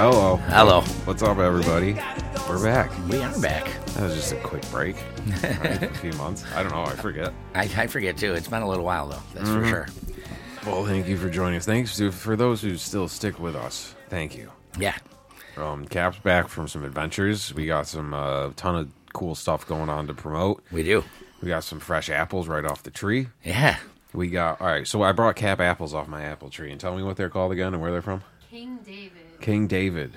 Hello. What's up, everybody? We're back. We are back. That was just a quick break. right? A few months. I don't know. I forget. I, I forget too. It's been a little while though. That's Mm-hmm. for sure. Well, thank you for joining us. Thanks to, for those who still stick with us. Thank you. Yeah. Um, Cap's back from some adventures. We got some uh, ton of cool stuff going on to promote. We do. We got some fresh apples right off the tree. Yeah. We got all right. So I brought Cap apples off my apple tree, and tell me what they're called again and where they're from. King David, King David.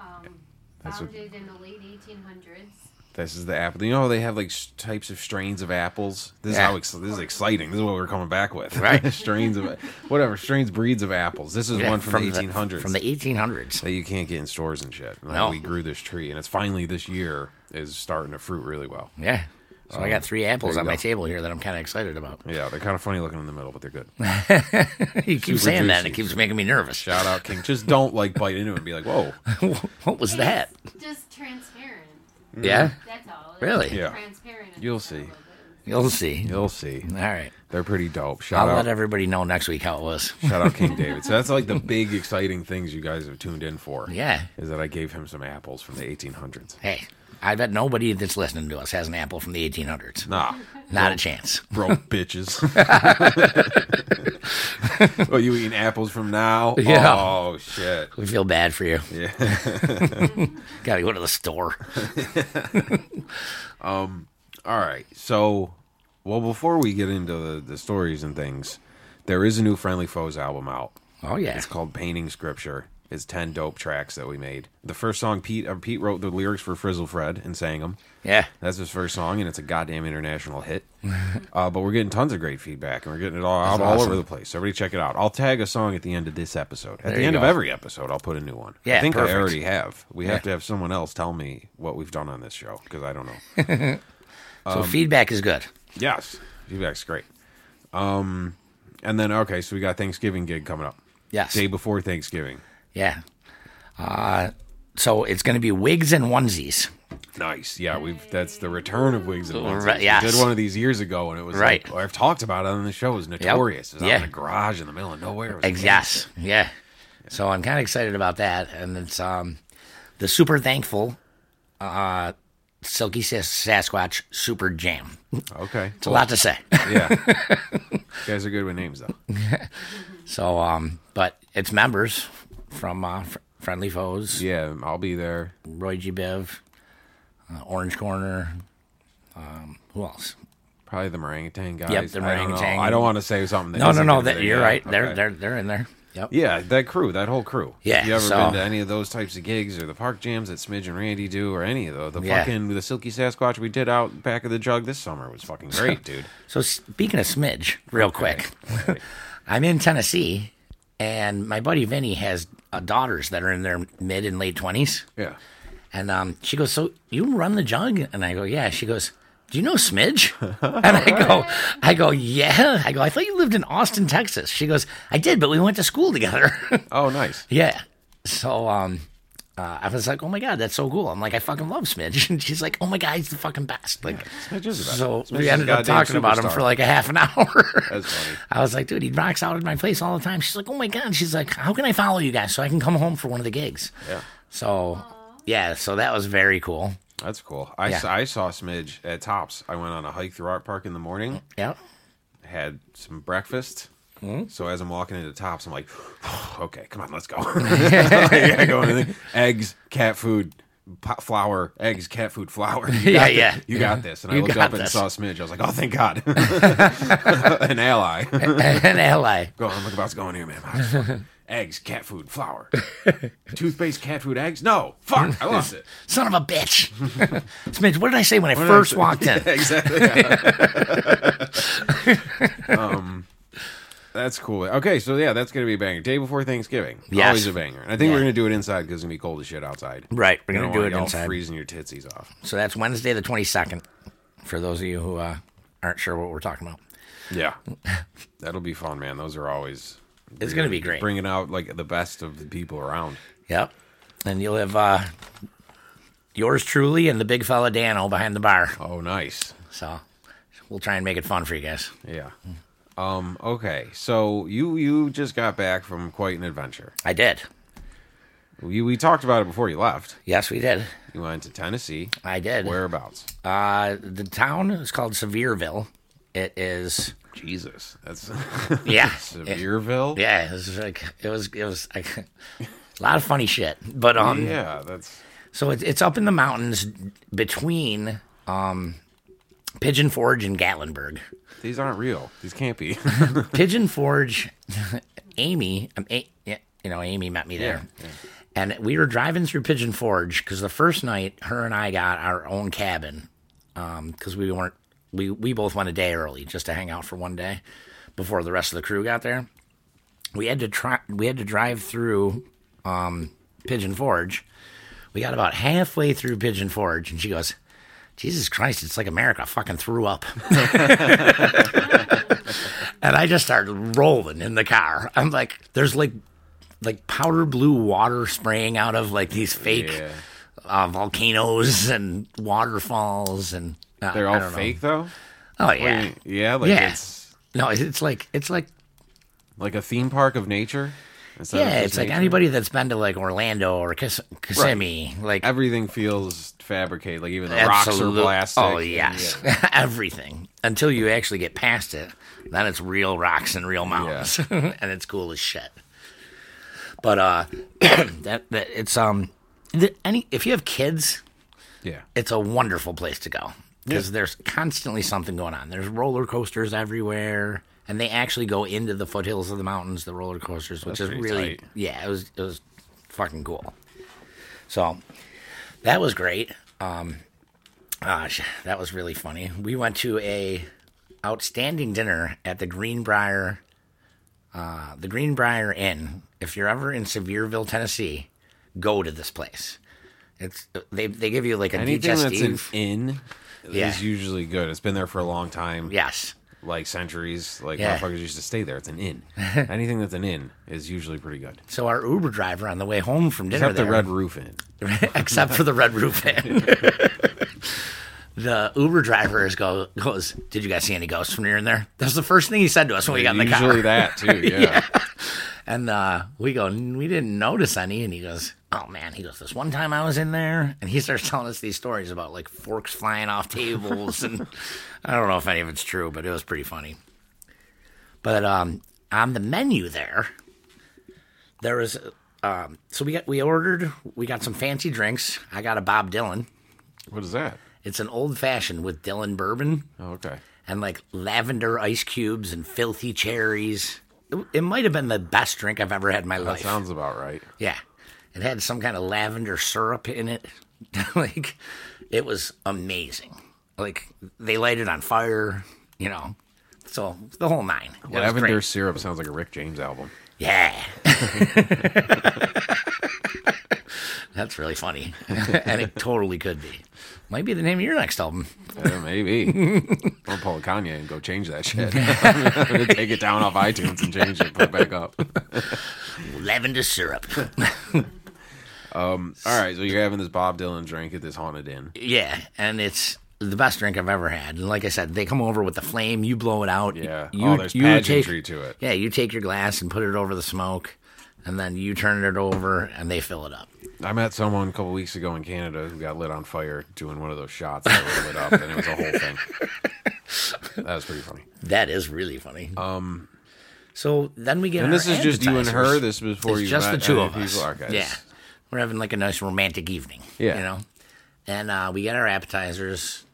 um, That's what- founded in the late 1800ds. This is the apple. You know how they have like s- types of strains of apples. This Yeah. is how ex- this is exciting. This is what we're coming back with. Right. strains of whatever strains breeds of apples. This is Yeah, one from, the 1800s From the 1800s. that you can't get in stores and shit. Like, No. We grew this tree, and it's finally this year is starting to fruit really well. Yeah. So I got three apples there you on my go. table here that I'm kind of excited about. Yeah, they're kind of funny looking in the middle, but they're good. you keep saying that, and it juicy. keeps making me nervous. Shout out King. Just don't like bite into it and be like, whoa. what was that? Just transparent. Mm-hmm. Yeah. That's all. It's Really? Yeah. Transparent. You'll see. You'll see. You'll see. All right. They're pretty dope. Shout I'll let out. everybody know next week how it was. Shout out King David. So that's like the big exciting things you guys have tuned in for. Yeah. Is that I gave him some apples from the 1800s. Hey, I bet nobody that's listening to us has an apple from the 1800s. Nah, Not a chance. broke bitches. oh, you eating apples from now? Yeah. Oh shit. We feel bad for you. Yeah. Got to go to the store. All right. So, well, before we get into the, the stories and things, there is a new Friendly Foes album out. Oh yeah. It's called Painting Scripture. It's ten dope tracks that we made. The first song Pete uh, Pete wrote the lyrics for Frizzle Fred and sang them. Yeah. That's his first song, and it's a goddamn international hit. uh, but we're getting tons of great feedback, and we're getting it all out all awesome. over the place. So everybody, check it out. I'll tag a song at the end of this episode. At the you end of go. every episode, I'll put a new one. I Yeah, think I perfect. already have. We Yeah. have to have someone else tell me what we've done on this show because I don't know. So Um, feedback is good. Yes, feedback's great. Um, and then okay, so we got Thanksgiving gig coming up. Yes. day before Thanksgiving. Yeah. Uh, so it's going to be wigs and onesies. Nice, yeah. We've that's the return of Wigs and Onesies. Right, yes. We did one of these years ago, and it was Right. Like, I've talked about it on the show. It was notorious. It was out in Yeah. a garage in the middle of nowhere. It was Ex- yes. Yeah. So I'm kind of excited about that, and it's um, the super thankful, uh, silky Sas- Sasquatch super jam. It's amazing. Okay, a lot to say. yeah. You guys are good with names though. So um, but it's members from uh, Fr- friendly foes, Yeah, I'll be there. Roy G. Biv, uh, Orange Corner. Um, who else? Probably the orangutan guys. the I don't know. orangutan. I don't want to say something. That No, no, isn't no. gonna That, be- you're yeah, right. okay. They're they're they're in there. Yep. Yeah, that crew, that whole crew. Yeah, You ever so- been to any of those types of gigs or the park jams that Smidge and Randy do or any of those? The Yeah. fucking the Silky Sasquatch we did out back of the jug this summer was fucking great, dude. So speaking of smidge, real quick, I'm in Tennessee, and my buddy Vinny has uh, daughters that are in their mid and late twenties, Yeah. and um, she goes, "So you run the jug?" And I go, "Yeah." She goes, "Do you know smidge?" And I go, "I go, yeah." I go, "I thought you lived in Austin, Texas." She goes, "I did, but we went to school together." Oh, nice. yeah. So um, uh, I was like, "Oh my god, that's so cool!" I'm like, "I fucking love smidge," and she's like, "Oh my god, he's the fucking best!" Like. Smidge is about So it. Smidge is we a ended up goddamn talking about him superstar. for like a half an hour. That's funny. I was like, dude, he rocks out at my place all the time. She's like, oh my God. She's like, how can I follow you guys so I can come home for one of the gigs? Yeah. So, yeah, so that was very cool. That's cool. I, Yeah. s- I saw Smidge at Tops. I went on a hike through Art Park in the morning, Yeah. had some breakfast. Hmm? So as I'm walking into Tops, I'm like, okay, come on, let's go. I go anything. Eggs, cat food, po- flour, eggs, cat food, flour. You Yeah, got yeah. thi- You got this. And I You looked got up and this. saw Smidge. I was like, oh, thank God. An ally. An ally. go, I'm about to go in here, man. Ah, fuck. eggs, cat food, flour. Toothpaste, cat food, eggs? No. Fuck, I lost it. Son of a bitch. Smidge, what did I say when I first say? walked in? exactly. um, that's cool. Okay, so yeah, that's gonna be a banger. Day before Thanksgiving, Yes. always a banger. And I think we're Yeah. gonna do it inside because it's gonna be cold as shit outside. Right, we're You gonna don't do wanna it get all inside. freezing your tootsies off. So that's Wednesday the 22nd, for those of you who uh, aren't sure what we're talking about. Yeah, that'll be fun, man. Those are always. It's gonna be great. Bringing out like the best of the people around. Yep. And you'll have uh, yours truly and the big fella Dano behind the bar. Oh, nice. So we'll try and make it fun for you guys. Yeah. Um. Okay. So you you just got back from quite an adventure. I did. We, we talked about it before you left. Yes, we did. You went to Tennessee. I did. Whereabouts? Uh, the town is called Sevierville. It is Jesus, that's yeah, Sevierville. yeah. It was like it was it was like, a lot of funny shit. But um, Yeah, that's so it, it's up in the mountains between um, Pigeon Forge and Gatlinburg. these aren't real. These can't be. Pigeon Forge, Amy, um, a- yeah, you know, Amy met me there. And we were driving through Pigeon Forge because the first night, her and I got our own cabin because um, we weren't, we, we both went a day early just to hang out for one day before the rest of the crew got there. We had to try, we had to drive through um, Pigeon Forge. We got about halfway through Pigeon Forge, and she goes, Jesus Christ, it's like America. I fucking threw up. and I just started rolling in the car. I'm like, there's like, like powder blue water spraying out of like these fake Yeah. uh, volcanoes and waterfalls, and uh, They're I all don't know. fake though. Oh yeah, Yeah, like Yeah. it's no, it's, it's like it's like like a theme park of nature. instead of yeah, just it's like nature. anybody that's been to like Orlando or Kiss- Kissimmee, like Everything feels fabricated. Like even the rocks Absolute- are plastic. Oh and- yes, yeah. everything until you actually get past it. Then it's real rocks and real mountains, and it's cool as shit. But uh, that that it's um, th- any if you have kids, Yeah. it's a wonderful place to go because there's constantly something going on. There's roller coasters everywhere, and they actually go into the foothills of the mountains, the roller coasters, which That's is pretty really tight. yeah, it was it was fucking cool. So that was great. Um, gosh, that was really funny. We went to a outstanding dinner at the Greenbrier, uh, the Greenbrier Inn. If you're ever in Sevierville, Tennessee, go to this place. It's they they give you like a Anything that's an digestive. inn Yeah. is usually good. It's been there for a long time. yes, Like centuries. Like Yeah. motherfuckers used to stay there. It's an inn. Anything that's an inn is usually pretty good. So our Uber driver on the way home from dinner Except the there- Red Roof Inn. except for the Red Roof Inn. the Uber driver is go, goes, "Did you guys see any ghosts when you were in there?" That's the first thing he said to us when we got in the car. usually that too. Yeah. And uh, we go, "N- "We didn't notice any." And he goes, "Oh man," he goes, "This one time I was in there," and he starts telling us these stories about like forks flying off tables, and I don't know if any of it's true, but it was pretty funny. But um, on the menu there, there was um, so we got we ordered we got some fancy drinks. I got a Bob Dylan. What is that? It's an old fashioned with Dylan bourbon Oh, okay. and like lavender ice cubes and filthy cherries. It, it might have been the best drink I've ever had in my That life. sounds about right. yeah, it had some kind of lavender syrup in it. like it was amazing. Like they light it on fire, you know. So the whole nine. It was Lavender great. syrup sounds like a Rick James album. Yeah. That's really funny. and it totally could be. Might be the name of your next album. Yeah, maybe. Don't pull a Kanye and go change that shit. I'm gonna take it down off iTunes and change it, put it back up. Lavender syrup. All right, so you're having this Bob Dylan drink at this haunted inn. Yeah, and it's the best drink I've ever had. And like I said, they come over with the flame, you blow it out. Yeah. you, oh, there's you pageantry take, to it. Yeah, you take your glass and put it over the smoke, and then you turn it over, and they fill it up. I met someone a couple weeks ago in Canada who got lit on fire doing one of those shots that were lit up, and it was a whole thing. That was pretty funny. That is really funny. Um, so then we get And our this is just you and her. appetizers. This was before it's you just the met two other of us. people. Okay, Yeah, this- we're having like a nice romantic evening. Yeah. you know, and uh, we get our appetizers.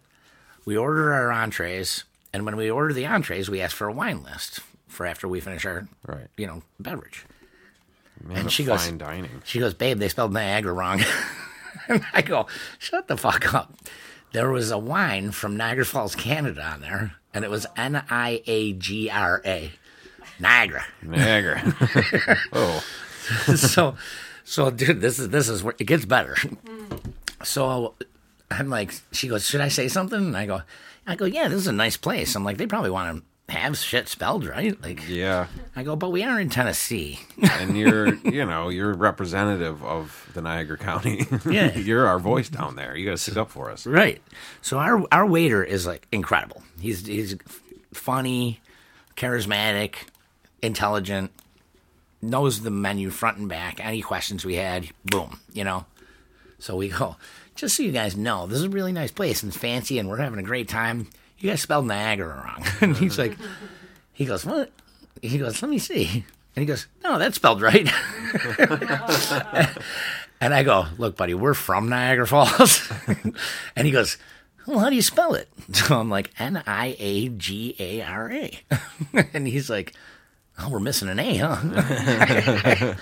We order our entrees, and when we order the entrees, we ask for a wine list for after we finish our Right. you know beverage. Man, And the she fine goes- dining. She goes, babe, they spelled Niagara wrong. and I go, shut the fuck up. There was a wine from Niagara Falls, Canada on there, and it was N I A G R A. Niagara. Niagara. oh, so so dude, this is this is where it gets better. So I'm like, she goes, Should I say something? And I go, I go, Yeah, this is a nice place. I'm like, they probably want to have shit spelled right. Like yeah. I go, but we are in Tennessee. And you're, you know, you're representative of the Niagara County. Yeah. you're our voice down there. You got to sit up for us. Right. So our our waiter is like incredible. He's he's funny, charismatic, intelligent, knows the menu front and back. Any questions we had, boom, you know. So we go, just so you guys know, this is a really nice place and it's fancy and we're having a great time. You guys spelled Niagara wrong. and he's like, he goes, what? He goes, let me see. And he goes, no, that's spelled right. and I go, look, buddy, we're from Niagara Falls. and he goes, well, how do you spell it? So I'm like, N I A G A R A. And he's like, oh, we're missing an A, huh?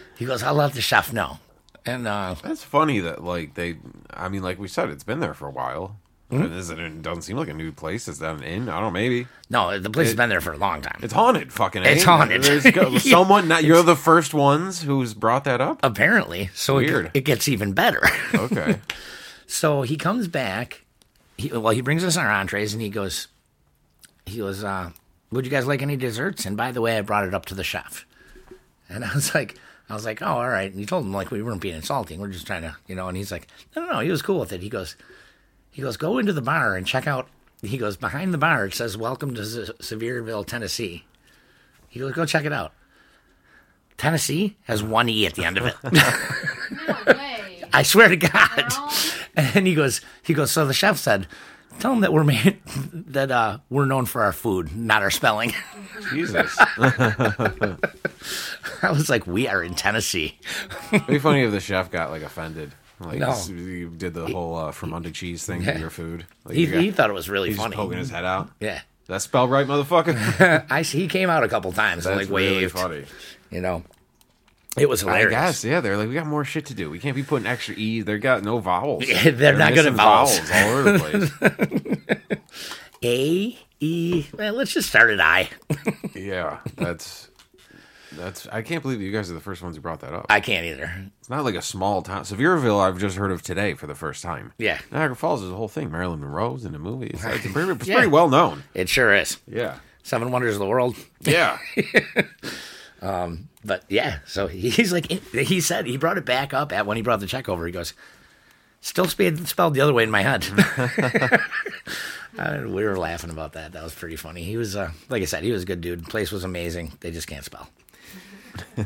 he goes, I'll let the chef know. And uh, That's funny that like they. I mean, like we said, it's been there for a while. Mm-hmm. Is it, it doesn't seem like a new place. Is that an inn? I don't know. Maybe no, the place has been there for a long time. it's haunted. Fucking. It's inn. haunted. There's go- Someone. Not, you're the first ones who's brought that Oh. up. apparently. So it- Weird. It, gets even better. Okay. so he comes back. He, well, he brings us our entrees and he goes, he goes, uh, would you guys like any desserts? And by the way, I brought it up to the chef. And I was like, I was like, oh, all right. And he told him like we weren't being insulting. We're just trying to, you know. And he's like, no, no, no. He was cool with it. He goes, he goes, go into the bar and check out. He goes behind the bar. It says, "Welcome to Se- Sevierville, Tennessee." He goes, go check it out. Tennessee has one e at the end of it. No way. I swear to God. Girl. And he goes, he goes. So the chef said, "Tell him that we're made, that uh, we're known for our food, not our spelling." Jesus. I was like, "We are in Tennessee." It'd be funny if the chef got like offended. Like No. s- you did the whole uh, from under cheese thing to your food. Like, He, you got- he thought it was really he's just funny. poking his head out. Yeah, That spell right, motherfucker. I see. He came out a couple times That's and like really waved. funny. You know, it was I hilarious. guess yeah. They're like, we got more shit to do. We can't be putting extra e. They got no vowels. Yeah, they're not good at missing vowels. all over the place. A E. Well, let's just start at I. yeah, that's that's. I can't believe you guys are the first ones who brought that up. I can't either. It's not like a small town. Sevierville, I've just heard of today for the first time. Yeah. Niagara Falls is a whole thing. Marilyn Monroe's in the movie. It's, it's pretty, it's Yeah. pretty well known. It sure is. Yeah, Seven wonders of the world. yeah. But yeah, so he's like, he said he brought it back up at when he brought the check over. He goes, still spe- spelled the other way in my head. Uh, we were laughing about that. That was pretty funny. He was, uh, like I said, he was a good dude. Place was amazing. They just can't spell.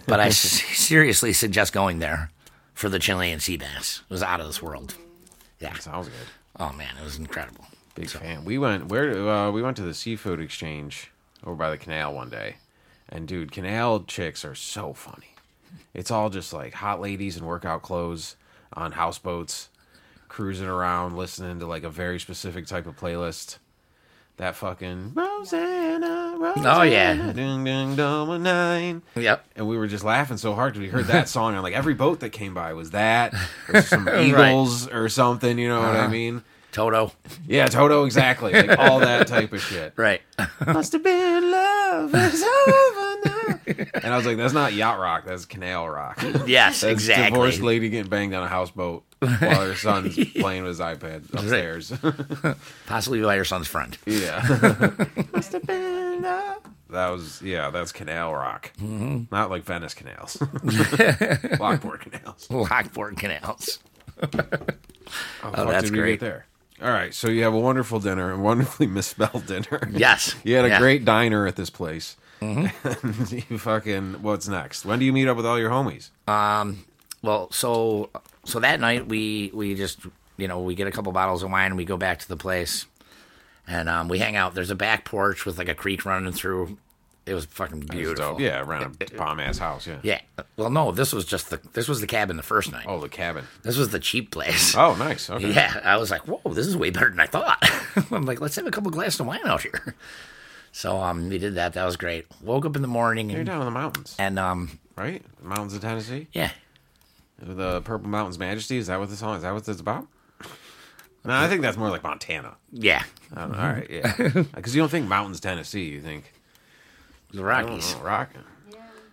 But I s- seriously suggest going there for the Chilean sea bass. It was out of this world. Yeah. Sounds good. Oh man, it was incredible. Big fan. We went where uh, we went to the seafood exchange over by the canal one day, and dude, canal chicks are so funny. It's all just like hot ladies in workout clothes on houseboats, cruising around, listening to like a very specific type of playlist. That fucking Rosanna, Rosanna, yeah. ding ding dong nine. Yep. And we were just laughing so hard because we heard that song on like every boat that came by was that or some Eagles or something. You know what I mean? Toto. Yeah, Toto, exactly. Like all that type of shit. Right. Must have been love is over now. And I was like, that's not yacht rock, that's canal rock. That's Yes, a exactly. divorced lady getting banged on a houseboat while her son's playing with his iPad upstairs. Possibly by your son's friend. yeah. Must have been love. Mm-hmm. That was, yeah, that's canal rock. Not like Venice canals, Lockport canals. Lockport canals. Oh, fuck, that's did we get great. there? All right, so you have a wonderful dinner, a wonderfully misspelled dinner. Yes. You had a Yeah. Mm-hmm. great diner at this place. you fucking what's next? When do you meet up with all your homies? Well, so so that night we we just you know we get a couple bottles of wine and we go back to the place, and um, we hang out. There's a back porch with like a creek running through. It was fucking beautiful. So, yeah, around a bomb ass house. Yeah. Oh. Yeah. Well, no, this was just the this was the cabin the first night. Oh, the cabin. This was the cheap place. Oh, nice. Okay. Yeah, I was like, whoa, this is way better than I thought. I'm like, let's have a couple glasses of wine out here. So um, we did that. That was great. Woke up in the morning You're and, down in the mounds, and um, right? Mountains of Tennessee. yeah, The Purple Mountains Majesty. Is that what the song? Is that what it's about? No, I think that's more like Montana. yeah, I don't know. All right, yeah. Because you don't think mountains Tennessee. You think the I don't Rockies. know, rock.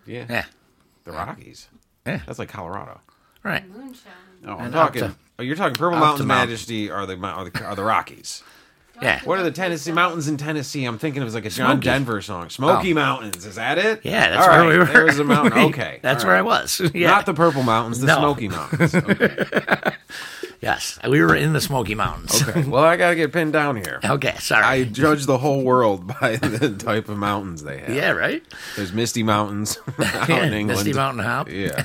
Yeah. Yeah, The Rockies. Yeah. That's like Colorado. right. Moonshine. No, I'm And up talking. to- oh, you're talking Purple up to Mountains mountain. Majesty are the, mou- are the are the Rockies. Yeah. What are the Tennessee mountains in Tennessee? I'm thinking it was like a John Smoky. Denver song. Smoky Oh. Mountains. Is that it? Yeah, that's All where right, we were. There's a mountain. Okay. that's all where I right. was. Yeah. Not the Purple Mountains, the No. Smoky Mountains. Okay. yes, we were in the Smoky Mountains. Okay, well, I got to get pinned down here. sorry. I judge the whole world by the type of mountains they have. yeah, right. There's Misty Mountains out Yeah, in England. Misty Mountain Hop. Yeah.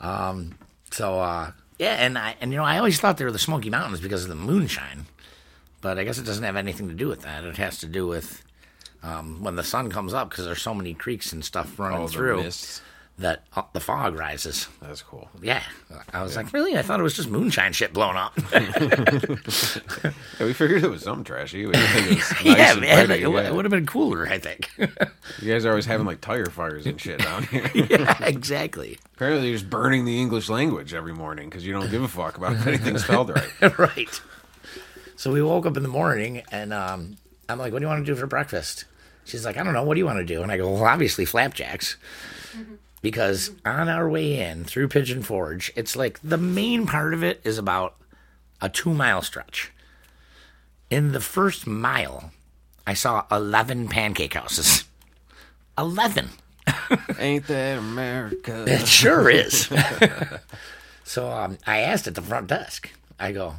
So uh, yeah, and I and you know I always thought they were the Smoky Mountains because of the moonshine, but I guess it doesn't have anything to do with that. It has to do with um, when the sun comes up because there's so many creeks and stuff running All the through mists. that uh, the fog rises. That's cool. Yeah, I was like, really? I thought it was just moonshine shit blown up. Yeah, we figured it was some trashy. We didn't think it was nice yeah, and man, pretty, it, yeah. would have been cooler, I think. You guys are always having like tire fires and shit down here. yeah, exactly. Apparently, you're just burning the English language every morning because you don't give a fuck about if anything spelled right. right. So we woke up in the morning and um, I'm like, what do you want to do for breakfast? She's like, I don't know. What do you want to do? And I go, well, obviously flapjacks. Because on our way in through Pigeon Forge, it's like the main part of it is about a two mile stretch. In the first mile, I saw 11 pancake houses. 11. Ain't that America? It sure is. so um, I asked at the front desk. I go,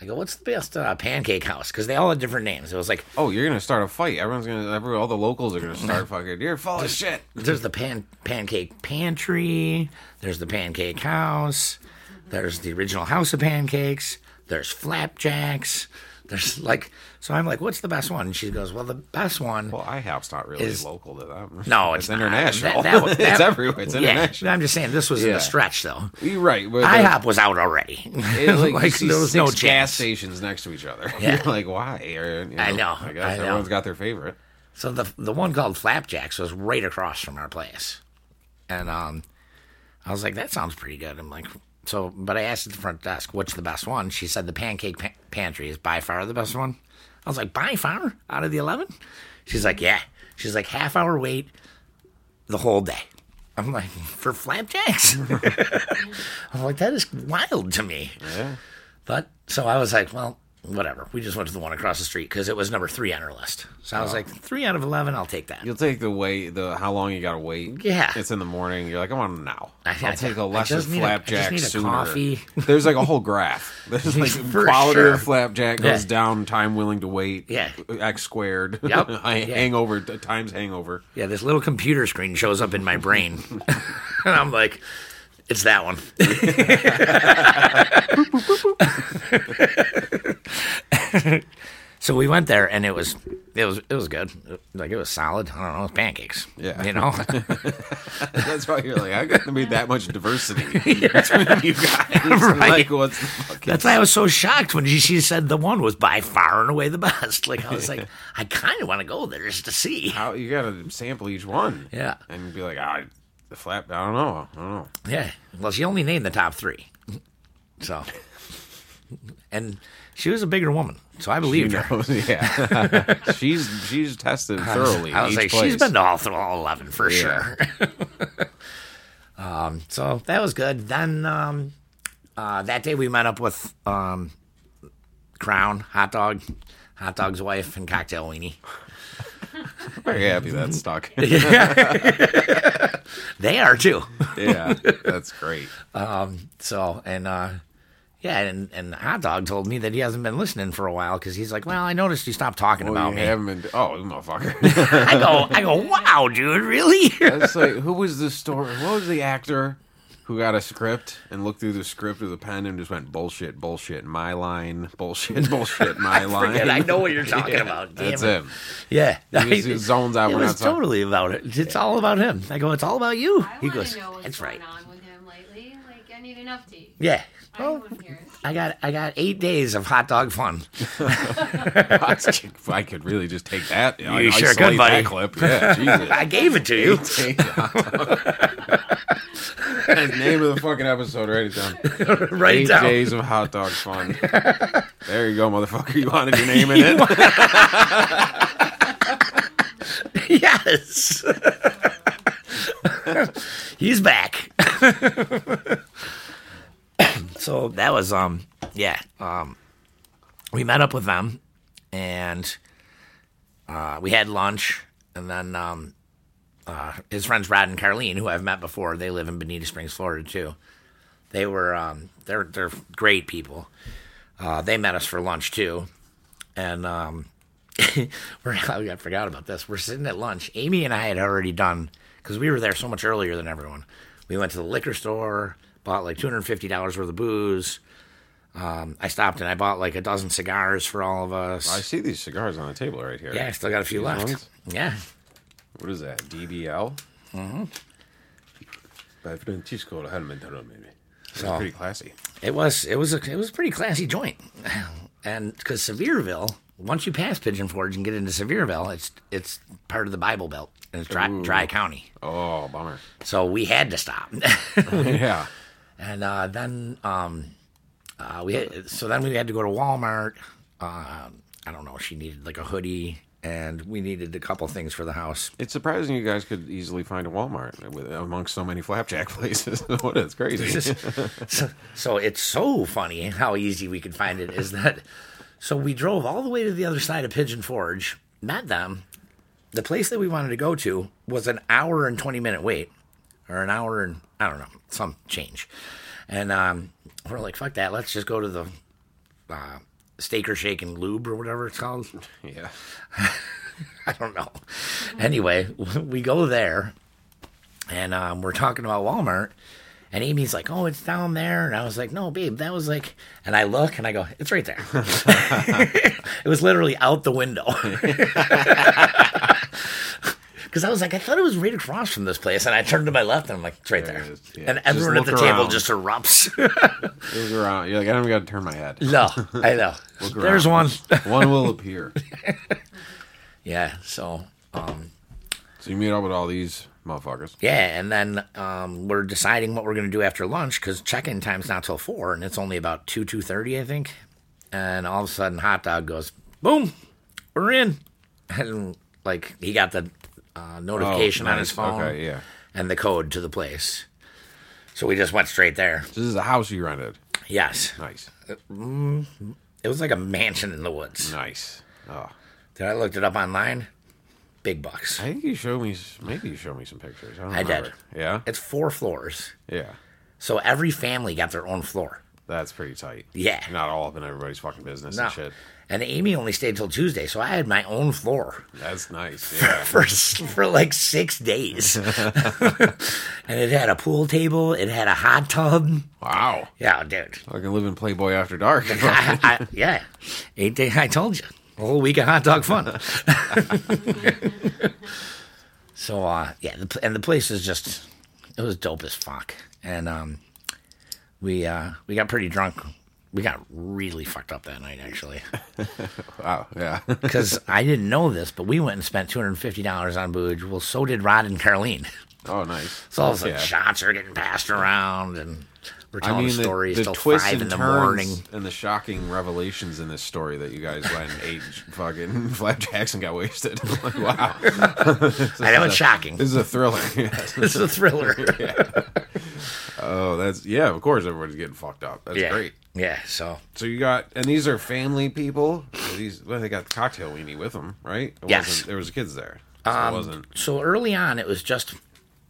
I go, what's the best uh, pancake house? Because they all had different names. It was like Oh, you're gonna start a fight. Everyone's gonna, every, all the locals are gonna start fucking. You're full of shit. there's the pan pancake pantry. There's the pancake house. There's the original house of pancakes. There's flapjacks. There's like so. I'm like, what's the best one? And she goes, well, the best one. Well, IHOP's not really Is- local to them. no, it's, it's not. international. That- that one- it's that- everywhere. It's yeah, international. I'm just saying this was in Yeah. the stretch though. You're right. But the- IHOP was out already. It's like, you Like, see there was six no gas chance. stations next to each other. Yeah. You're like, why? Or, you I know, I guess I know. everyone's got their favorite. So the the one called Flapjacks was right across from our place, and um, I was like, that sounds pretty good. I'm like, so, but I asked at the front desk, what's the best one? She said the Pancake pa- Pantry is by far the best one. I was like, by far out of the eleven? She's like, yeah. She's like, half hour wait, the whole day. I'm like, for flapjacks? I'm like, that is wild to me. Yeah. But so I was like, well, whatever. We just went to the one across the street because it was number three on our list. So I was like, three out of eleven, I'll take that. Oh. You'll take the wait, the how long you gotta wait. Yeah. It's in the morning. You're like, I want now. I- I- I'll take a I lesser just need a- I just flapjack need a sooner. coffee. There's like a whole graph. There's like For quality sure. of flapjack goes Yeah. down, time willing to wait. Yeah. X squared. Yep. I, Yeah. Hangover times hangover. Yeah, this little computer screen shows up in my brain, and I'm like, it's that one. so we went there, and it was it was it was good. Like it was solid. I don't know, it was pancakes. Yeah. you know. That's why you're like, I gotta be that much diversity between you guys. Right. Like what's the fucking That's why I was so shocked when she- she said the one was by far and away the best. Like I was like, I kind of want to go there just to see. how you gotta sample each one. Yeah. And be like, ah, the flap. I don't know. I don't know. Yeah. Well, she only named the top three, so. And she was a bigger woman, so I believed her. yeah. she's she's tested thoroughly. I was each like, place. she's been to all through all eleven for Yeah. sure. um, so that was good. Then um, uh, that day we met up with um, Crown Hot Dog, Hot Dog's wife, and Cocktail Weenie. very happy that stuck. They are too. yeah, that's great. So and uh, yeah, and and Hot Dog told me that he hasn't been listening for a while because he's like, well, I noticed you stopped talking Well, about you me. haven't been. Oh, you motherfucker! I go, I go, wow, dude, really? That's like, who was the story? What was the actor who got a script and looked through the script with a pen and just went bullshit, bullshit, my line, bullshit, bullshit, my line. Forget, I know what you're talking about. Damn That's it. him. Yeah, was- he zones out It when I was talk. totally about it. It's all about him. I go, it's all about you. I he want goes, to know what's that's going right. on with him lately. Like, I need an update. Yeah. I Well, want to hear it. I got I got eight days of hot dog fun. I could really just take that. You know, sure isolate could, buddy. That clip. Yeah, Jesus. I gave it to you. Name of the fucking episode. Write it down. right Eight down. days of hot dog fun. there you go, motherfucker. You wanted your name in it. Yes. He's back. so that was um yeah um we met up with them and uh, we had lunch and then um, uh, his friends Rod and Carleen, who I've met before, they live in Bonita Springs, Florida too. They were um, they're they're great people. Uh, they met us for lunch too, and um, we're I forgot about this. We're sitting at lunch. Amy and I had already done because we were there so much earlier than everyone. We went to the liquor store, bought like two hundred fifty dollars worth of booze. Um, I stopped and I bought like a dozen cigars for all of us. I see these cigars on the table right here. yeah, I still got a few These left. ones? Yeah, What is that? DBL? Mm-hmm. It's So- pretty classy. It was it was a it was a pretty classy joint, and because Sevierville, once you pass Pigeon Forge and get into Sevierville, it's it's part of the Bible Belt and it's dry, dry county. Oh, bummer. So we had to stop, yeah. and uh, then um, uh, we had, so then we had to go to Walmart. Uh, I don't know. She needed like a hoodie, and we needed a couple things for the house. It's surprising you guys could easily find a Walmart with, amongst so many flapjack places. what is crazy? so, so it's so funny how easy we could find it is that so we drove all the way to the other side of pigeon forge met them the place that we wanted to go to was an hour and 20 minute wait or an hour and i don't know some change and um, we're like fuck that let's just go to the uh, steak or shake and lube or whatever it's called yeah. I don't know. Anyway, we go there and um, we're talking about Walmart. And Amy's like, oh, it's down there. And I was like, no, babe, that was like, and I look and I go, it's right there. it was literally out the window. Because I was like, I thought it was right across from this place. And I turned to my left and I'm like, it's right There there. it is. Yeah. And Just everyone look at the table around. just erupts. It was around. uh, You're like, I don't even got to turn my head. no, I know. There's one. around. one will appear. Yeah. So um, So you meet up with all these motherfuckers. Yeah, and then um, we're deciding what we're going to do after lunch because check-in time's not till four, and it's only about two two thirty, I think. And all of a sudden, hot dog goes boom, we're in, and like he got the uh, notification on his Oh, nice. phone Okay, yeah. and the code to the place. So we just went straight there. So this is a house you rented. Yes, Nice. it was like a mansion in the woods. Nice. Oh. Then I looked it up online. Big bucks. I think you showed me, s- maybe you showed me some pictures. I, don't I did. remember. Yeah? It's four floors, Yeah. so every family got their own floor. That's pretty tight. Yeah. Not all up in everybody's fucking business No. and shit. And Amy only stayed till Tuesday, so I had my own floor That's nice. Yeah. for for like six days. and it had a pool table. It had a hot tub. wow. Yeah, dude. I can live in Playboy after dark. I, I, yeah, eight day. I told you a whole week of hot dog fun. so uh, yeah, the, pl- and the place is just it was dope as fuck, and um, we uh, we got pretty drunk. We got really fucked up that night, actually. wow. Yeah. because I didn't know this, but we went and spent two hundred and fifty dollars on booze. Well, so did Rod and Carleen. oh, nice. So all of a sudden, Yeah. shots are getting passed around, and we're I telling mean, the, stories the till twists five and in the turns morning. and the shocking revelations in this story that you guys went and ate fucking flapjacks and got wasted. like, wow. I know it's shocking. This is a thriller. Yes. This is a thriller. Oh, that's, yeah, of course everybody's getting fucked up. That's yeah, great. yeah. So So you got, and these are family people. So These, well, they got the cocktail weenie with them, right? It Yes. Um, Wasn't, there was kids there. So it wasn't. so early on, it was just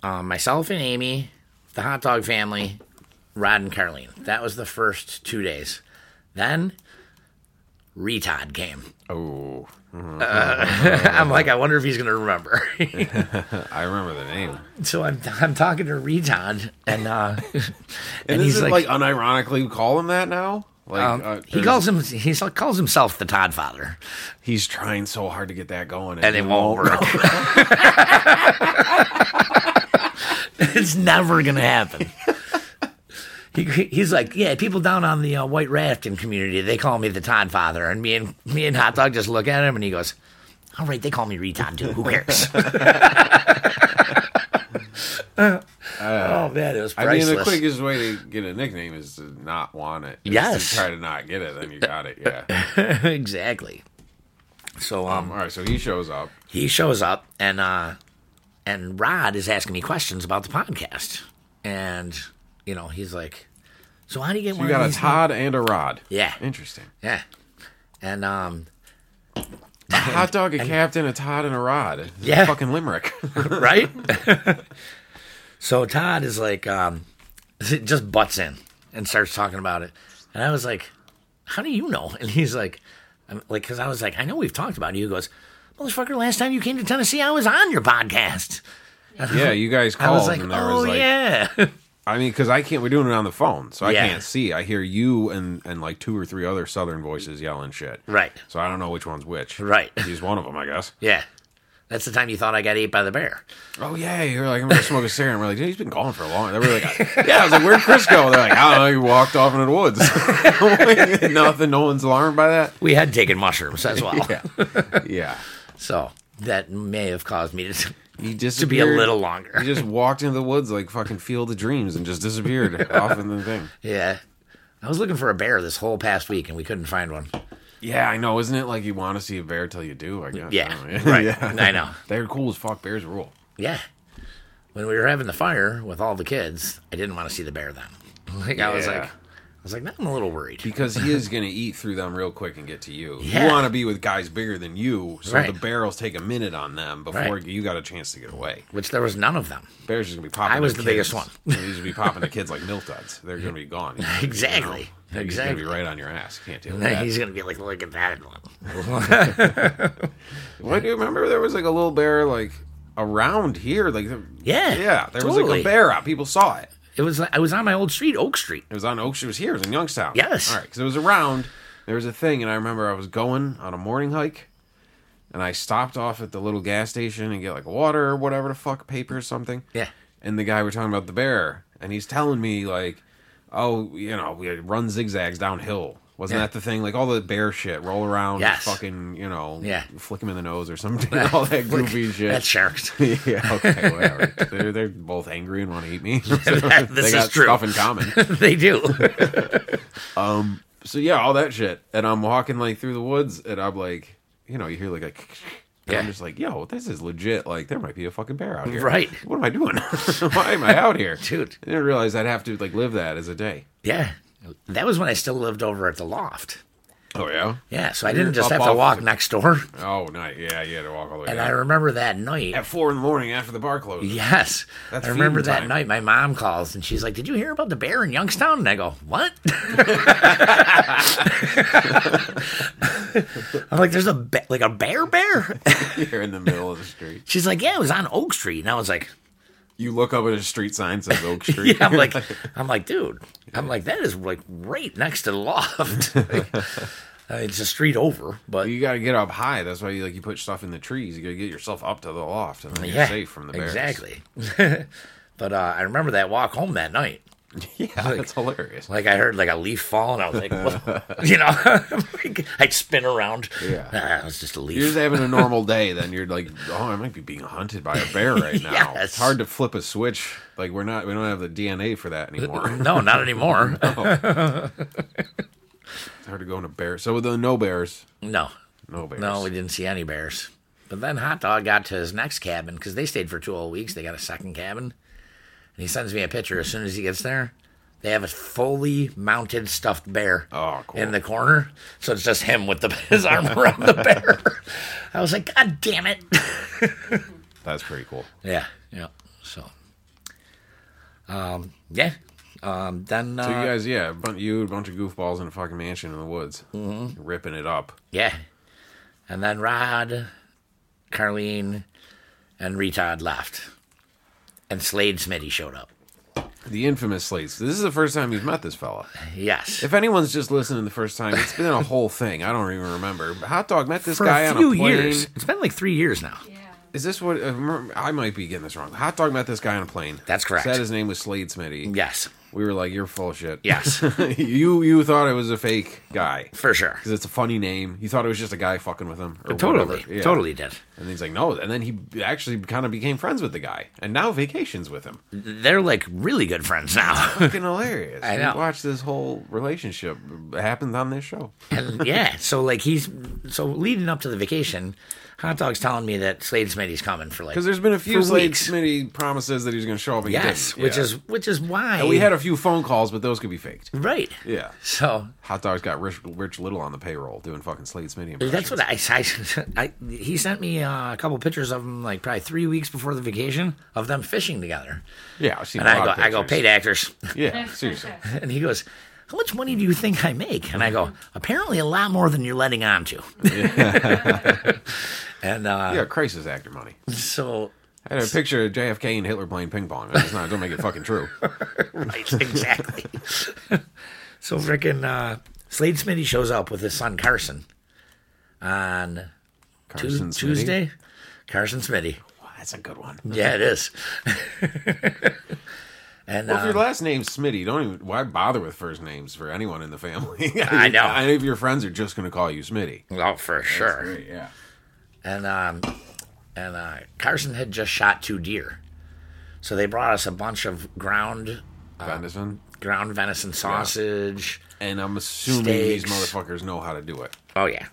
um, myself and Amy, the hot dog family, Rod and Carleen. That was the first two days. Then Retod came. Oh, Uh-huh. I'm like, I wonder if he's gonna remember. I remember the name. so I'm I'm talking to Retod, and uh, and, And, is he's it like, like, unironically call him that now? Like um, uh, he or calls him he calls himself the Todd Father, He's trying so hard to get that going, and it won't work. it's never gonna happen. He, he's like, yeah, people down on the uh, White Rafting community, they call me the Todd Father, and me and me and Hot Dog just look at him, and he goes, "All right, they call me Retod too. Who cares?" oh man, it was I mean, priceless. the quickest way to get a nickname is to not want it. Is Yes. to try to not get it, then you got it. Yeah. exactly. So um, All right, so he shows up. he shows up and uh and Rod is asking me questions about the podcast. And you know, he's like, So how do you get You one got of a these? Todd and a Rod. Yeah. Interesting. yeah. and um, A hot dog, a captain, a Todd, and a rod. It's Yeah. a fucking limerick. right? so Todd is like, um, just butts in and starts talking about it. And I was like, how do you know? And he's like, I'm like, cause I was like, I know we've talked about it. He goes, motherfucker, last time you came to Tennessee, I was on your podcast. yeah, you guys I called, was like, and there oh was like, yeah. I mean, because I can't. We're doing it on the phone, so I Yeah. can't see. I hear you and and like two or three other Southern voices yelling shit. Right. So I don't know which one's which. Right. He's one of them, I guess. yeah. That's the time you thought I got ate by the bear. Oh yeah, you're like I'm gonna smoke a cigarette. And we're like, dude, he's been gone for a long. They were like, yeah. I was like, where'd Chris go? They're like, I don't know. He walked off into the woods. Nothing. No one's alarmed by that. We had taken mushrooms as well. Yeah. Yeah. So that may have caused me to He just to be a little longer. He just walked into the woods like fucking Field of Dreams and just disappeared off in the thing. Yeah. I was looking for a bear this whole past week and we couldn't find one. Yeah, I know. Isn't it like you want to see a bear till you do? I guess. Yeah, I don't know. right. Yeah. I know. They're cool as fuck. Bears rule. Yeah. When we were having the fire with all the kids, I didn't want to see the bear then. Like I was Yeah. like, I was like, now I'm a little worried. Because he is going to eat through them real quick and get to you. Yeah. You want to be with guys bigger than you, so Right. the barrels take a minute on them before Right. you got a chance to get away. Which there was none of them. Bears are going to be popping. I was at the biggest kids. one. These will be popping the kids like milk duds. They're going to be gone. You know, Exactly. He's going to Exactly. be right on your ass. Can't deal with And that. He's gonna be like, look at that one. Why do you remember there was like a little bear like around here? Like the- Yeah, yeah, there was like totally. a bear out. People saw it. It was like I was on my old street, Oak Street. It was on Oak. It was here. It was in Youngstown. Yes. All right, because it was around. There was a thing, and I remember I was going on a morning hike, and I stopped off at the little gas station and get like water or whatever the fuck, paper or something. Yeah. And the guy we're talking about the bear, and he's telling me like, oh, you know, we run zigzags downhill. Wasn't Yeah. that the thing? Like all the bear shit, roll around, Yes. fucking, you know, Yeah. flick him in the nose or something, all that goofy shit. That's sharks. yeah, okay, whatever. they're, they're both angry and want to eat me. this they is got true. stuff in common. they do. so yeah, all that shit. And I'm walking like through the woods, and I'm like, you know, you hear like a. And I'm Yeah. just like, yo, this is legit. Like, there might be a fucking bear out here. Right. What am I doing? Why am I out here, Dude. I didn't realize I'd have to like live that as a day. Yeah. That was when I still lived over at the loft. Oh yeah. Yeah, so I You're didn't just up have to off walk the- next door. Oh night. Yeah, you had to walk all the way. And I down. remember that night. At four in the morning after the bar closes. Yes. That's I remember feeding that time. night my mom calls and she's like, Did you hear about the bear in Youngstown? And I go, What? I'm like, There's a be- like a bear bear? You're in the middle of the street. She's like, Yeah, it was on Oak Street. And I was like, You look up at a street sign says Oak Street. Yeah, I'm like I'm like, dude. I'm like, that is like right next to the loft. Like, uh, it's a street over, but You got to get up high. That's why you like you put stuff in the trees. You got to get yourself up to the loft, and then you're yeah, safe from the bears. exactly. but uh, I remember that walk home that night. Yeah, that's hilarious. Like I heard like a leaf fall, and I was like, what? you know, like, I'd spin around. Yeah. ah, it was just a leaf. you're just having a normal day, then you're like, oh, I might be being hunted by a bear right now. Yes. It's hard to flip a switch. Like we're not, we don't have the DNA for that anymore. no, not anymore. it's hard to go into bear. So with the no bears, no, no bears. no, we didn't see any bears. But then Hot Dog got to his next cabin because they stayed for two whole weeks. They got a second cabin, and he sends me a picture as soon as he gets there. They have a fully mounted stuffed bear Oh, cool. in the corner, so it's just him with the, his arm around the bear. I was like, God damn it! That's pretty cool. Yeah, yeah. So, um, yeah. Um, then uh, So you guys, yeah, a bunch, you a bunch of goofballs in a fucking mansion in the woods, Mm-hmm. ripping it up. yeah, and then Rod, Carlene, and Retod left, and Slade Smitty showed up. The infamous slates. This is the first time you've met this fella. Yes, If anyone's just listening the first time, it's been a whole thing. I don't even remember. But Hot dog met this for guy a on few a plane. years. It's been like three years now. Yeah. Is this what uh, I might be getting this wrong? Hot dog met this guy on a plane. That's correct. Said his name was Slade Smitty. Yes, We were like, "You're full of shit." yes, you you thought it was a fake guy for sure. because it's a funny name. You thought it was just a guy fucking with him. or Totally, whatever. Yeah. totally did. And he's like, "No." And then he actually kind of became friends with the guy, and now vacations with him. They're like really good friends now. Fucking hilarious. I know. You watch this whole relationship happen on this show. and yeah, so like he's so leading up to the vacation, Hot Dog's telling me that Slade Smitty's coming for like Because there's been a few for Slade weeks. Smitty promises that he's going to show up. And he Yes, didn't. which Yeah. is which is why And we had a few phone calls, but those could be faked. Right. Yeah. So Hot Dog's got Rich, Rich Little on the payroll doing fucking Slade Smitty impressions. that's what I, I, I- He sent me uh, a couple pictures of them, like probably three weeks before the vacation, of them fishing together. Yeah, I've seen And a I lot go, of I go, pictures. paid actors. Yeah, seriously. And he goes, How much money do you think I make? And I go, Apparently a lot more than you're letting on to. and uh, Yeah, crisis actor money. so, I had a picture of JFK and Hitler playing ping pong. It's not. Don't make it fucking true. right, exactly. so, freaking uh, Slade Smitty shows up with his son Carson on Tu- Carson Smitty? Tuesday. Carson Smitty. Wow, that's a good one. Yeah, it is. and Well, if your um, last name's Smitty, don't even. Why bother with first names for anyone in the family? I know. And if your friends are just going to call you Smitty. oh, for sure. Right, yeah. and um, and uh, Carson had just shot two deer, so they brought us a bunch of ground Venison. ground venison sausage. And I'm assuming these Steaks. motherfuckers know how to do it. Oh yeah,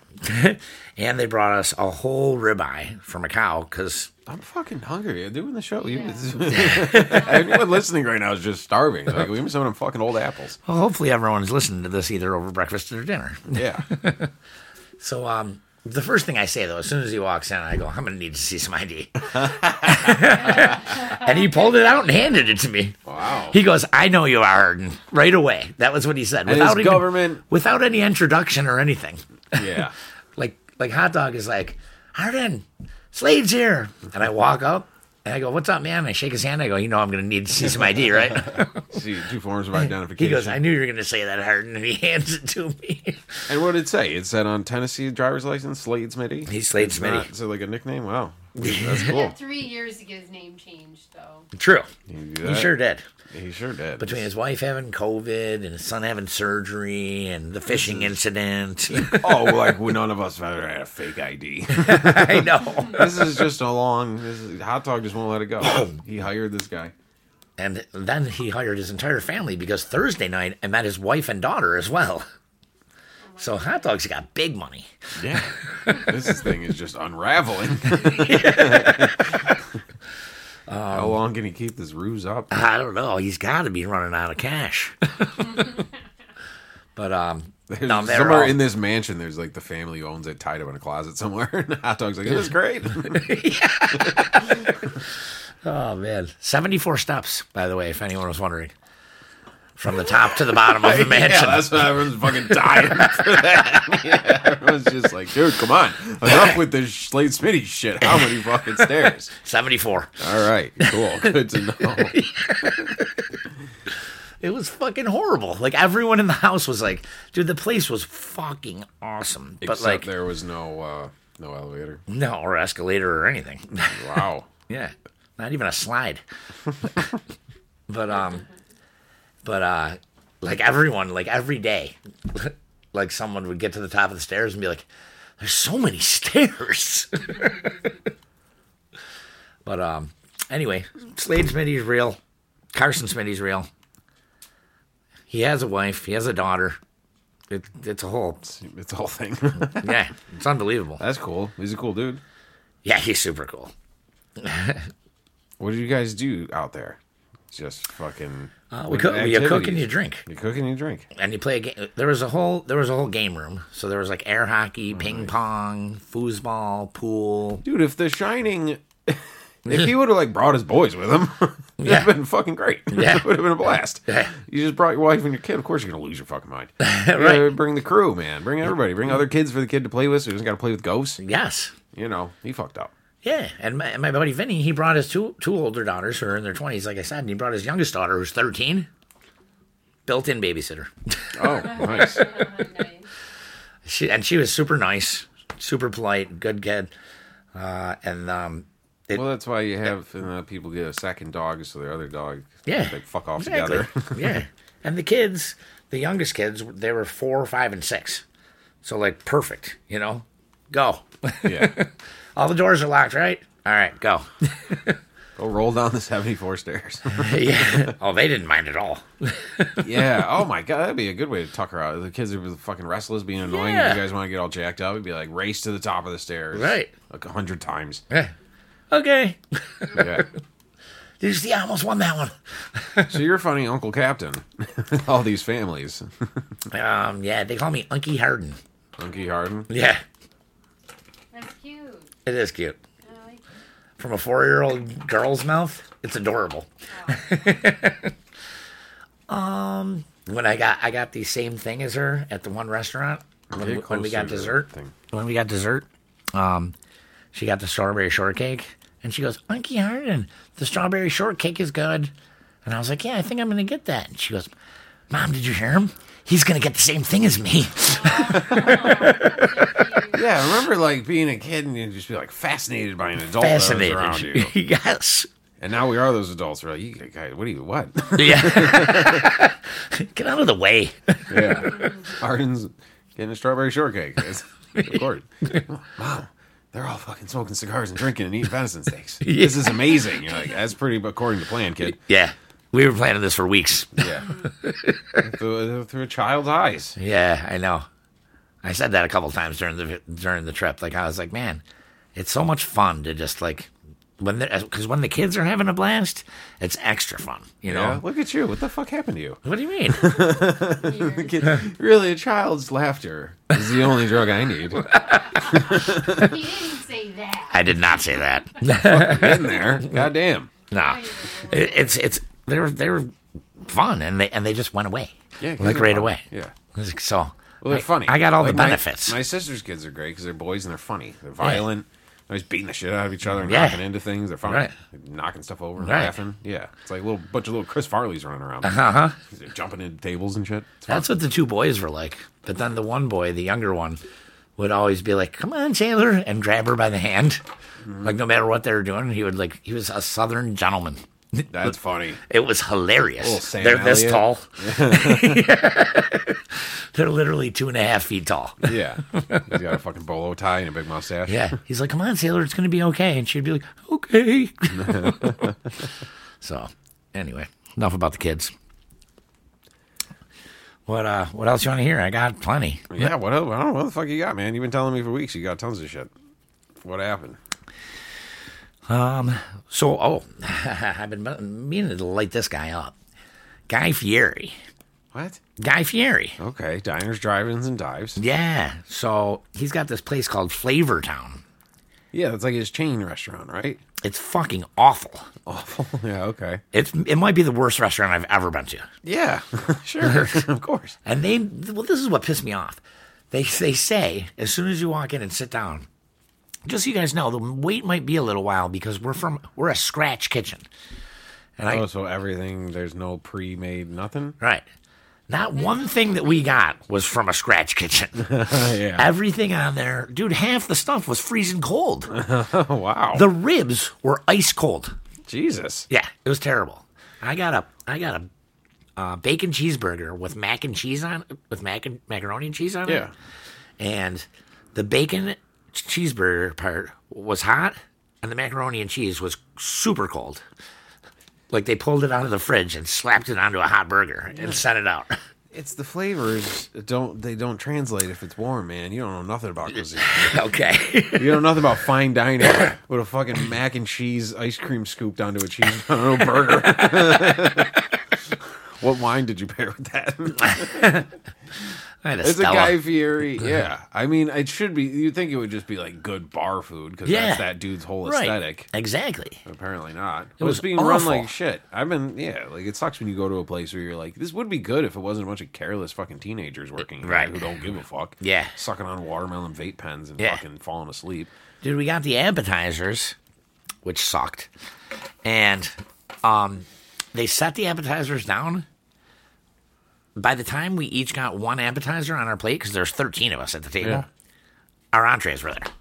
and they brought us a whole ribeye from a cow because I'm fucking hungry. You're doing the show. You- Yeah. Everyone listening right now is just starving. It's Like, leave me some of them fucking old apples. well, hopefully everyone's listening to this either over breakfast or dinner. Yeah. So um. The first thing I say though, as soon as he walks in, I go, "I'm gonna need to see some ID," and he pulled it out and handed it to me. Wow. He goes, "I know you are Arden," right away. That was what he said. his government- without any introduction or anything. Yeah. like like hot dog is like Arden, Slade's here, and I walk up and I go, "What's up, man?" I shake his hand. I go, "You know, I'm gonna need to see some ID, right?" See, two forms of he identification. goes, "I knew you were gonna say that, Arden," and he hands it to me. and what did it say? It said on Tennessee driver's license, Slade Smitty. He's Slade It's Smitty. not- so like a nickname? Wow. That's cool. Three years to get his name changed, though. True, can do he that. sure did. He sure did. Between his wife having COVID and his son having surgery and the fishing Mm-hmm. incident, oh, like well, none of us have ever had a fake ID. I know. this is just a long. This is, hot dog just won't let it go. he hired this guy. And then he hired his entire family because Thursday night I met his wife and daughter as well. So hot dogs got big money. Yeah, this thing is just unraveling. Um, How long can he keep this ruse up? I don't know. He's got to be running out of cash. but um, no, they're somewhere all, in this mansion, there's like the family who owns it tied up in a closet somewhere. And hot dog's like, this is great. oh man, seventy-four steps. By the way, if anyone was wondering, from the top to the bottom of the yeah, mansion. that's why everyone's fucking dying for that. Yeah, everyone's just like, dude, come on, enough with this Slade Smitty shit. How many fucking stairs? seventy-four. All right, cool, good to know. It was fucking horrible. Like everyone in the house was like, "Dude, the place was fucking awesome." But Except like, there was no uh, no elevator. no, or escalator or anything. Wow. Yeah, not even a slide. but um, but uh, like everyone, like every day, like someone would get to the top of the stairs and be like, "There's so many stairs." but um, anyway, Slade Smitty's real. Carson Smitty's real. He has a wife. He has a daughter. It, it's a whole It's the whole thing. yeah. It's unbelievable. That's cool. He's a cool dude. Yeah, he's super cool. What do you guys do out there? Just fucking. Uh, we what cook, you cook and activities? you drink. You cook and you drink. and you play a game. There was a whole there was a whole game room. So there was like air hockey, ping pong, foosball, pool. Dude, if The Shining. If he would have like brought his boys with him, it'd Yeah. been fucking great. Yeah. it would have been a blast. Yeah. You just brought your wife and your kid. Of course, you're gonna lose your fucking mind. Right. Yeah, bring the crew, man. Bring everybody. Bring other kids for the kid to play with. So he doesn't got to play with ghosts. Yes. You know, he fucked up. Yeah, and my, and my buddy Vinny, he brought his two two older daughters who are in their twenties, like I said, and he brought his youngest daughter who's thirteen. Built-in babysitter, Oh, nice. nice. she, and she was super nice, super polite, good kid, uh, and um, it, Well, that's why you have uh, people get a second dog so their other dog Yeah. they fuck off Exactly. together. yeah. And the kids, the youngest kids, they were four, five, and six. So, like, perfect, you know? Go. yeah, All the doors are locked, right? All right, go. go roll down the seventy four stairs. yeah. Oh, they didn't mind at all. yeah. Oh my god, that'd be a good way to tuck her out. The kids are fucking restless, being annoying. Yeah. You guys want to get all jacked up? It'd be like race to the top of the stairs, Right. Like a hundred times. Yeah. Okay. Yeah. Did you see? I almost won that one. So you're funny, Uncle Captain. All these families. Um, yeah, they call me Unky Harden. Unky Harden. Yeah, That's cute. it is cute. I like it. From a four-year-old girl's mouth, it's adorable. um, when I got I got the same thing as her at the one restaurant when, Get we- when we close got to the dessert. thing. When we got dessert, um, she got the strawberry shortcake, and she goes, "Unky Harden, the strawberry shortcake is good." And I was like, "Yeah, I think I'm gonna get that." And she goes, "Mom, did you hear him? He's gonna get the same thing as me." Yeah, I remember like being a kid and you'd just be like fascinated by an adult Fascinated. that was around you. yes. And now we are those adults. We're like, you guys, what do you what? Yeah. Get out of the way. yeah. Harden's getting a strawberry shortcake. It's of course. Wow. They're all fucking smoking cigars and drinking and eating venison steaks. This is amazing. You're like, that's pretty according to plan, kid. Yeah. We were planning this for weeks. Yeah. through, through a child's eyes. Yeah, I know. I said that a couple times during the during the trip. Like I was like, man, it's so much fun to just like when because when the kids are having a blast, it's extra fun. You know. Yeah, look at you. What the fuck happened to you? What do you mean? The kid- really, a child's laughter is the only drug I need. Get He didn't say that. I did not say that. in there. Goddamn. no, It- it's it's they're they're fun and they and they just went away. Yeah, kids like are right fun. away. Yeah. So Well, they're I- funny. I, got all Like, the my- benefits. My, sister's kids are great because they're boys and they're funny. They're violent. They're always beating the shit out of each other and Yeah. knocking into things. They're funny. Right. They're knocking stuff over and Right. laughing. Yeah. It's like a little bunch of little Chris Farleys running around. uh huh. They're jumping into tables and shit. It's fun. That's what the two boys were like. But then the one boy, the younger one, would always be like, "Come on, Taylor," and grab her by the hand. Like no matter what they were doing, he would like he was a southern gentleman. That's funny. It was hilarious. Little Sam They're this Elliott. tall. They're literally two and a half feet tall. Yeah. He's got a fucking bolo tie and a big mustache. Yeah. He's like, "Come on, Taylor, it's gonna be okay," and she'd be like, "Okay." so, anyway, enough about the kids. What uh? What else you want to hear? I got plenty. Yeah. What, el- I don't know what the fuck you got, man. You've been telling me for weeks you got tons of shit. What happened? So, oh, I've been meaning to light this guy up. Guy Fieri. What? Guy Fieri. Okay. Diners, drive ins, and dives. Yeah. So he's got this place called Flavor Town. Yeah. That's like his chain restaurant, right? It's fucking awful. Awful. Yeah. Okay. It's, it might be the worst restaurant I've ever been to. Yeah. sure. of course. And they, well, this is what pissed me off. They, they say, as soon as you walk in and sit down, just so you guys know, the wait might be a little while because we're from, we're a scratch kitchen. And I, Oh, so everything there's no pre-made nothing. right. Not one thing that we got was from a scratch kitchen. yeah. Everything on there, dude, half the stuff was freezing cold. Oh, wow. the ribs were ice cold. Jesus. Yeah, it was terrible. I got a I got a uh, bacon cheeseburger with mac and cheese on with mac and macaroni and cheese on it. Yeah. And the bacon cheeseburger part was hot and the macaroni and cheese was super cold. Like they pulled it out of the fridge and slapped it onto a hot burger and sent it out. It's the flavors that don't they don't translate if it's warm, man. You don't know nothing about cuisine. okay. you don't know nothing about fine dining with a fucking mac and cheese ice cream scooped onto a cheese on a burger. what wine did you pair with that? I had a It's a Stella. Guy Fieri. Yeah. I mean, it should be you'd think it would just be like good bar food cuz Yeah. that's that dude's whole right. aesthetic. Exactly. Apparently not. It was was being run awful. like shit. I've been yeah, like it sucks when you go to a place where you're like, this would be good if it wasn't a bunch of careless fucking teenagers working here Right. who don't give a fuck. Yeah. sucking on watermelon vape pens and Yeah. fucking falling asleep. dude we got the appetizers which sucked and um they set the appetizers down by the time we each got one appetizer on our plate because there's 13 of us at the table Yeah. our entrees were there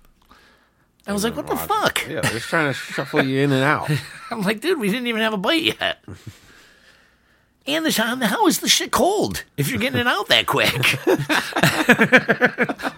i was like what the fuck Yeah, they're just trying to shuffle you in and out. i'm like dude we didn't even have a bite yet and the time how is the shit cold if you're getting it out that quick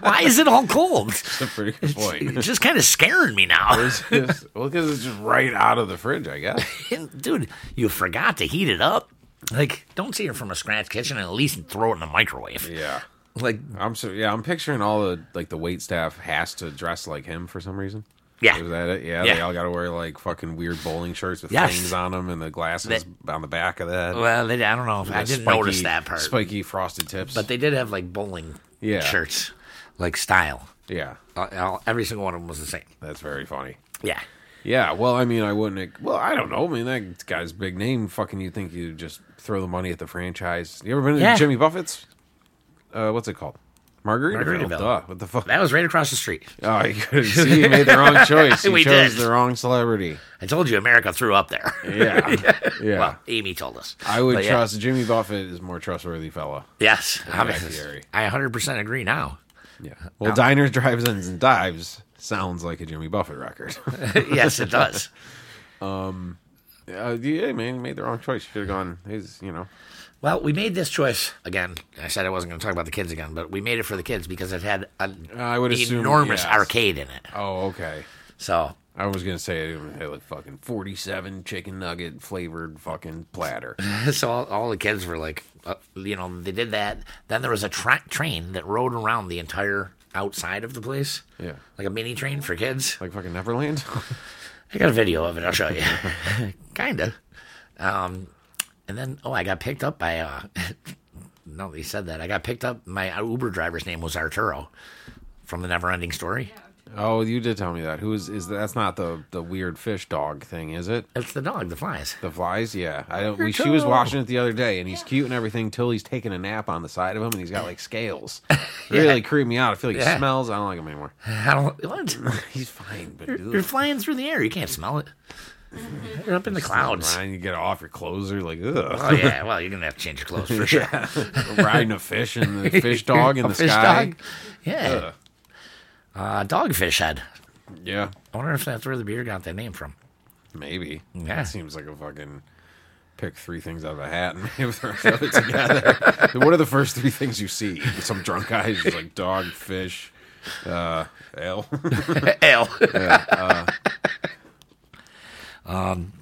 why is it all cold That's a pretty good point. it's just kind of scaring me now It's just, well, because it's just right out of the fridge, I guess. dude, you forgot to heat it up. Like, don't see it from a scratch kitchen and at least throw it in the microwave. Yeah. Like, I'm so yeah. I'm picturing all the like the wait staff has to dress like him for some reason. Yeah. Was that it? Yeah, Yeah. they all got to wear like fucking weird bowling shirts with Yes. things on them and the glasses on the back of that. Well, they, I don't know. if I didn't notice that part. Spiky frosted tips. But they did have like bowling Yeah. shirts, like style. yeah, Uh, all- every single one of them was the same. that's very funny. Yeah. Yeah, well, I mean, I wouldn't. Well, I don't know. I mean, that guy's big name. Fucking, you think you just throw the money at the franchise? You ever been to Yeah. Jimmy Buffett's? Uh, what's it called? Margaritaville. Margaritaville. Duh. What the fuck? That was right across the street. Oh, you couldn't see. You made the wrong choice. You We chose did. the wrong celebrity. I told you America threw up there. Yeah, yeah. Well, Amy told us. I would But yeah. trust Jimmy Buffett is more trustworthy fella. Yes. I, mean, Gary. I 100% agree now. Yeah. Well, diners, drive-ins, and dives sounds like a Jimmy Buffett record. yes, it does. uh, yeah, man, you made the wrong choice. Should have gone. He's, you know. Well, we made this choice again. I said I wasn't going to talk about the kids again, but we made it for the kids because it had an I would assume, enormous yes. arcade in it. Oh, okay. So I was gonna say it had like fucking forty-seven chicken nugget flavored fucking platter. so all, all the kids were like, uh, you know, they did that. Then there was a tra- train that rode around the entire outside of the place. Yeah. Like a mini train for kids. Like fucking Neverland. I got a video of it. I'll show you. Kinda. Um, and then, oh, I got picked up by. Uh, no, they said that. I got picked up. My Uber driver's name was Arturo from the Neverending Story. oh, you did tell me that. Who is is that's not the the weird fish dog thing, is it? It's the dog, the flies. The flies, yeah. I don't. We, she was watching it the other day, and he's cute and everything till he's taking a nap on the side of him, and he's got like scales. Really creeped me out. I feel like Yeah. he smells. I don't like him anymore. I don't. What? He's fine, but You're dude, flying through the air. You can't smell it. You're up in the clouds. Ryan, you get off your clothes. You're like, ugh. Oh yeah. Well, you're gonna have to change your clothes for sure. Riding a fish and the fish dog in A the fish sky. dog? Yeah. Ugh. Uh, dogfish head. Yeah, I wonder if that's where the beer got that name from. maybe. Yeah. That seems like a fucking pick three things out of a hat and maybe throw it together. what are the first three things you see? Some drunk guy's just like dog, fish, uh, ale. Ale. uh. um.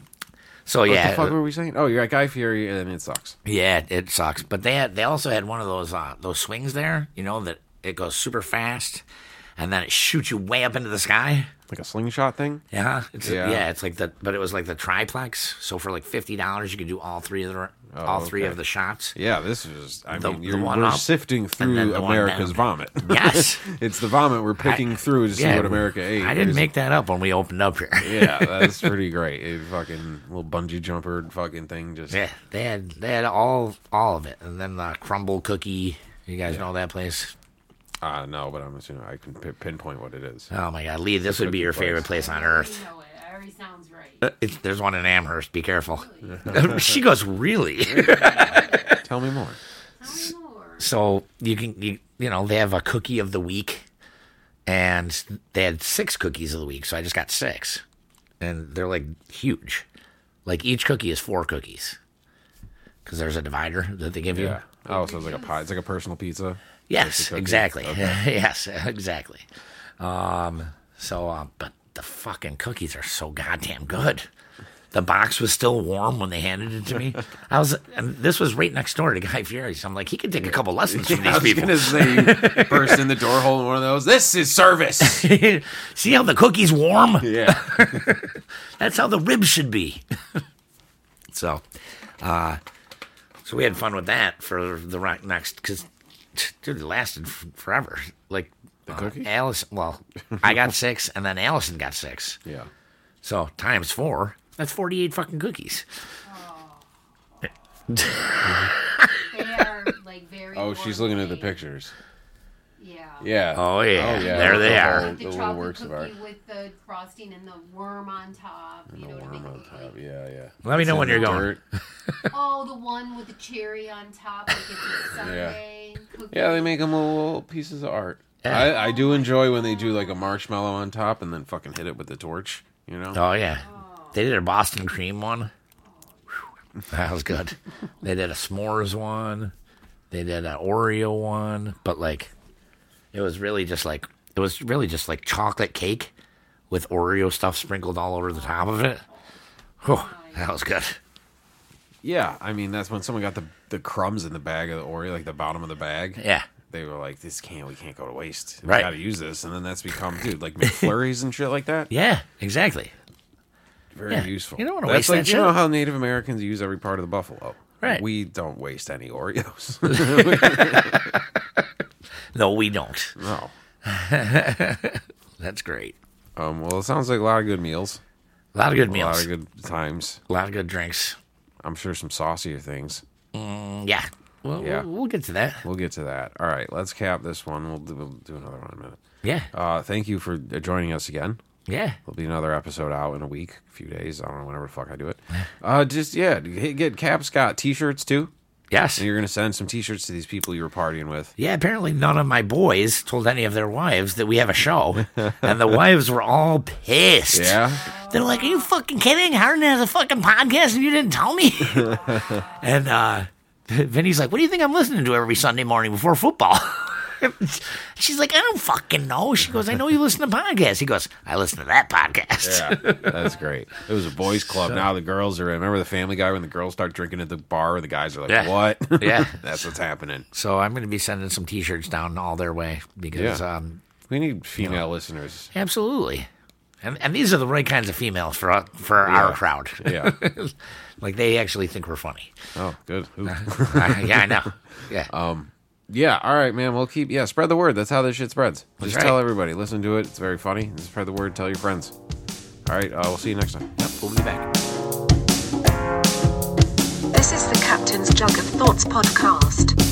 So What the fuck yeah, were we saying? Oh, you're at Guy Fieri, and it sucks. yeah, it sucks. But they had, they also had one of those uh, those swings there. You know that it goes super fast, and then it shoots you way up into the sky. Like a slingshot thing? Yeah, it's yeah, Yeah. it's like the but it was like the triplex. So for like fifty dollars, you could do all three of the all three Oh, okay. of the shots. Yeah, this is. I The- mean, the you're, one we're up, sifting then through the one America's vomit. Yes. it's the vomit we're picking through to see what America ate. I didn't There's- make that up when we opened up here. Yeah, that's pretty great. A fucking little bungee jumper fucking thing. Just Yeah, they had they had all all of it, and then the crumble cookie. You guys know that place? uh, no, but I'm assuming I can pi pinpoint what it is. Oh my God, Lee, this would be cookie your place. favorite place on I already earth. know it. It already sounds right. It's, there's one in Amherst. Be careful. she goes really. Tell me more. Tell me more. so you can you, you know they have a cookie of the week, and they had six cookies of the week. So I just got six, and they're like huge. Like each cookie is four cookies, because there's a divider that they give you. Yeah. Oh, so it's like a pie. It's like a personal pizza. Yes, cookie. exactly. yes, exactly. Um, so, uh, but the fucking cookies are so goddamn good. The box was still warm when they handed it to me. I was, and this was right next door to Guy Fieri. So I'm like, he could take a couple lessons from I these was people. gonna say you burst in the door hole in one of those. This is service. See how the cookie's warm? yeah. That's how the ribs should be. so, uh, so we had fun with that for the right next because, dude, it lasted f- forever. Like the cookie? Alice. Well, I got six, and then Allison got six. Yeah. So times four, that's forty-eight fucking cookies. They are like very. Oh, she's looking at the gourmet. pictures. Yeah. Yeah. Oh yeah, there with they the are. whole- The, the little chocolate works of cookie art. with the frosting and the worm on top. You know, to Worm make it on look top. like- Yeah, yeah. Let me know in when the you're going. dirt. Oh, the one with the cherry on top. Like it's a Sunday cookie. Yeah, they make them little pieces of art. Yeah. I, I do enjoy when they do like a marshmallow on top and then fucking hit it with the torch. You know. Oh yeah, they did a Boston cream one. Whew, That was good. they did a s'mores one. They did an Oreo one, but like, it was really just like it was really just like chocolate cake with Oreo stuff sprinkled all over the top of it. Whew, that was good. Yeah, I mean that's when someone got the the crumbs in the bag of the Oreo, like the bottom of the bag. Yeah, they were like, "This can't, we can't go to waste. We Right. got to use this." And then that's become, dude, like McFlurries and shit like that. Yeah, exactly. Very Yeah. useful. You don't wanna That's waste like, that You shit. know how Native Americans use every part of the buffalo. Right. We don't waste any Oreos. No, we don't. no. That's great. Um, well, it sounds like a lot of good meals, A lot of good a lot meals, of good times. a lot of good drinks. I'm sure some saucier things. Mm, yeah. Well, Yeah. we'll, we'll get to that. We'll get to that. All right, let's cap this one. We'll do, we'll do another one in a minute. Yeah. Uh, thank you for uh, joining us again. Yeah. There'll be another episode out in a week, a few days. I don't know whenever the fuck I do it. Uh, just yeah, get, get Cap Scott t-shirts too. Yes. And you're gonna send some t-shirts to these people you were partying with. Yeah, apparently none of my boys told any of their wives that we have a show. and the wives were all pissed. Yeah, They're like, Are you fucking kidding? Harden has a fucking podcast and you didn't tell me? and uh, Vinny's like, What do you think I'm listening to every Sunday morning before football? She's like, I don't fucking know. She goes, I know you listen to podcasts. He goes, I listen to that podcast. yeah, that's great. It was a boys' club. Now the girls are. Remember the Family Guy when the girls start drinking at the bar, and the guys are like, Yeah. "What?" Yeah. that's what's happening. So I'm going to be sending some t shirts down all their way because Yeah. um, We need female Oh. listeners. absolutely. And, and these are the right kinds of females for, our- for our Yeah. crowd. Yeah. like they actually think we're funny. oh, good. Ooh. Uh, yeah, I know. Yeah, Yeah, all right, man. We'll keep. Yeah, spread the word. That's how this shit spreads. Just right. tell everybody. Listen to it. It's very funny. And spread the word. Tell your friends. All right. Uh, we'll see you next time. Yep, we'll be back. This is the Captain's Jug of Thoughts podcast.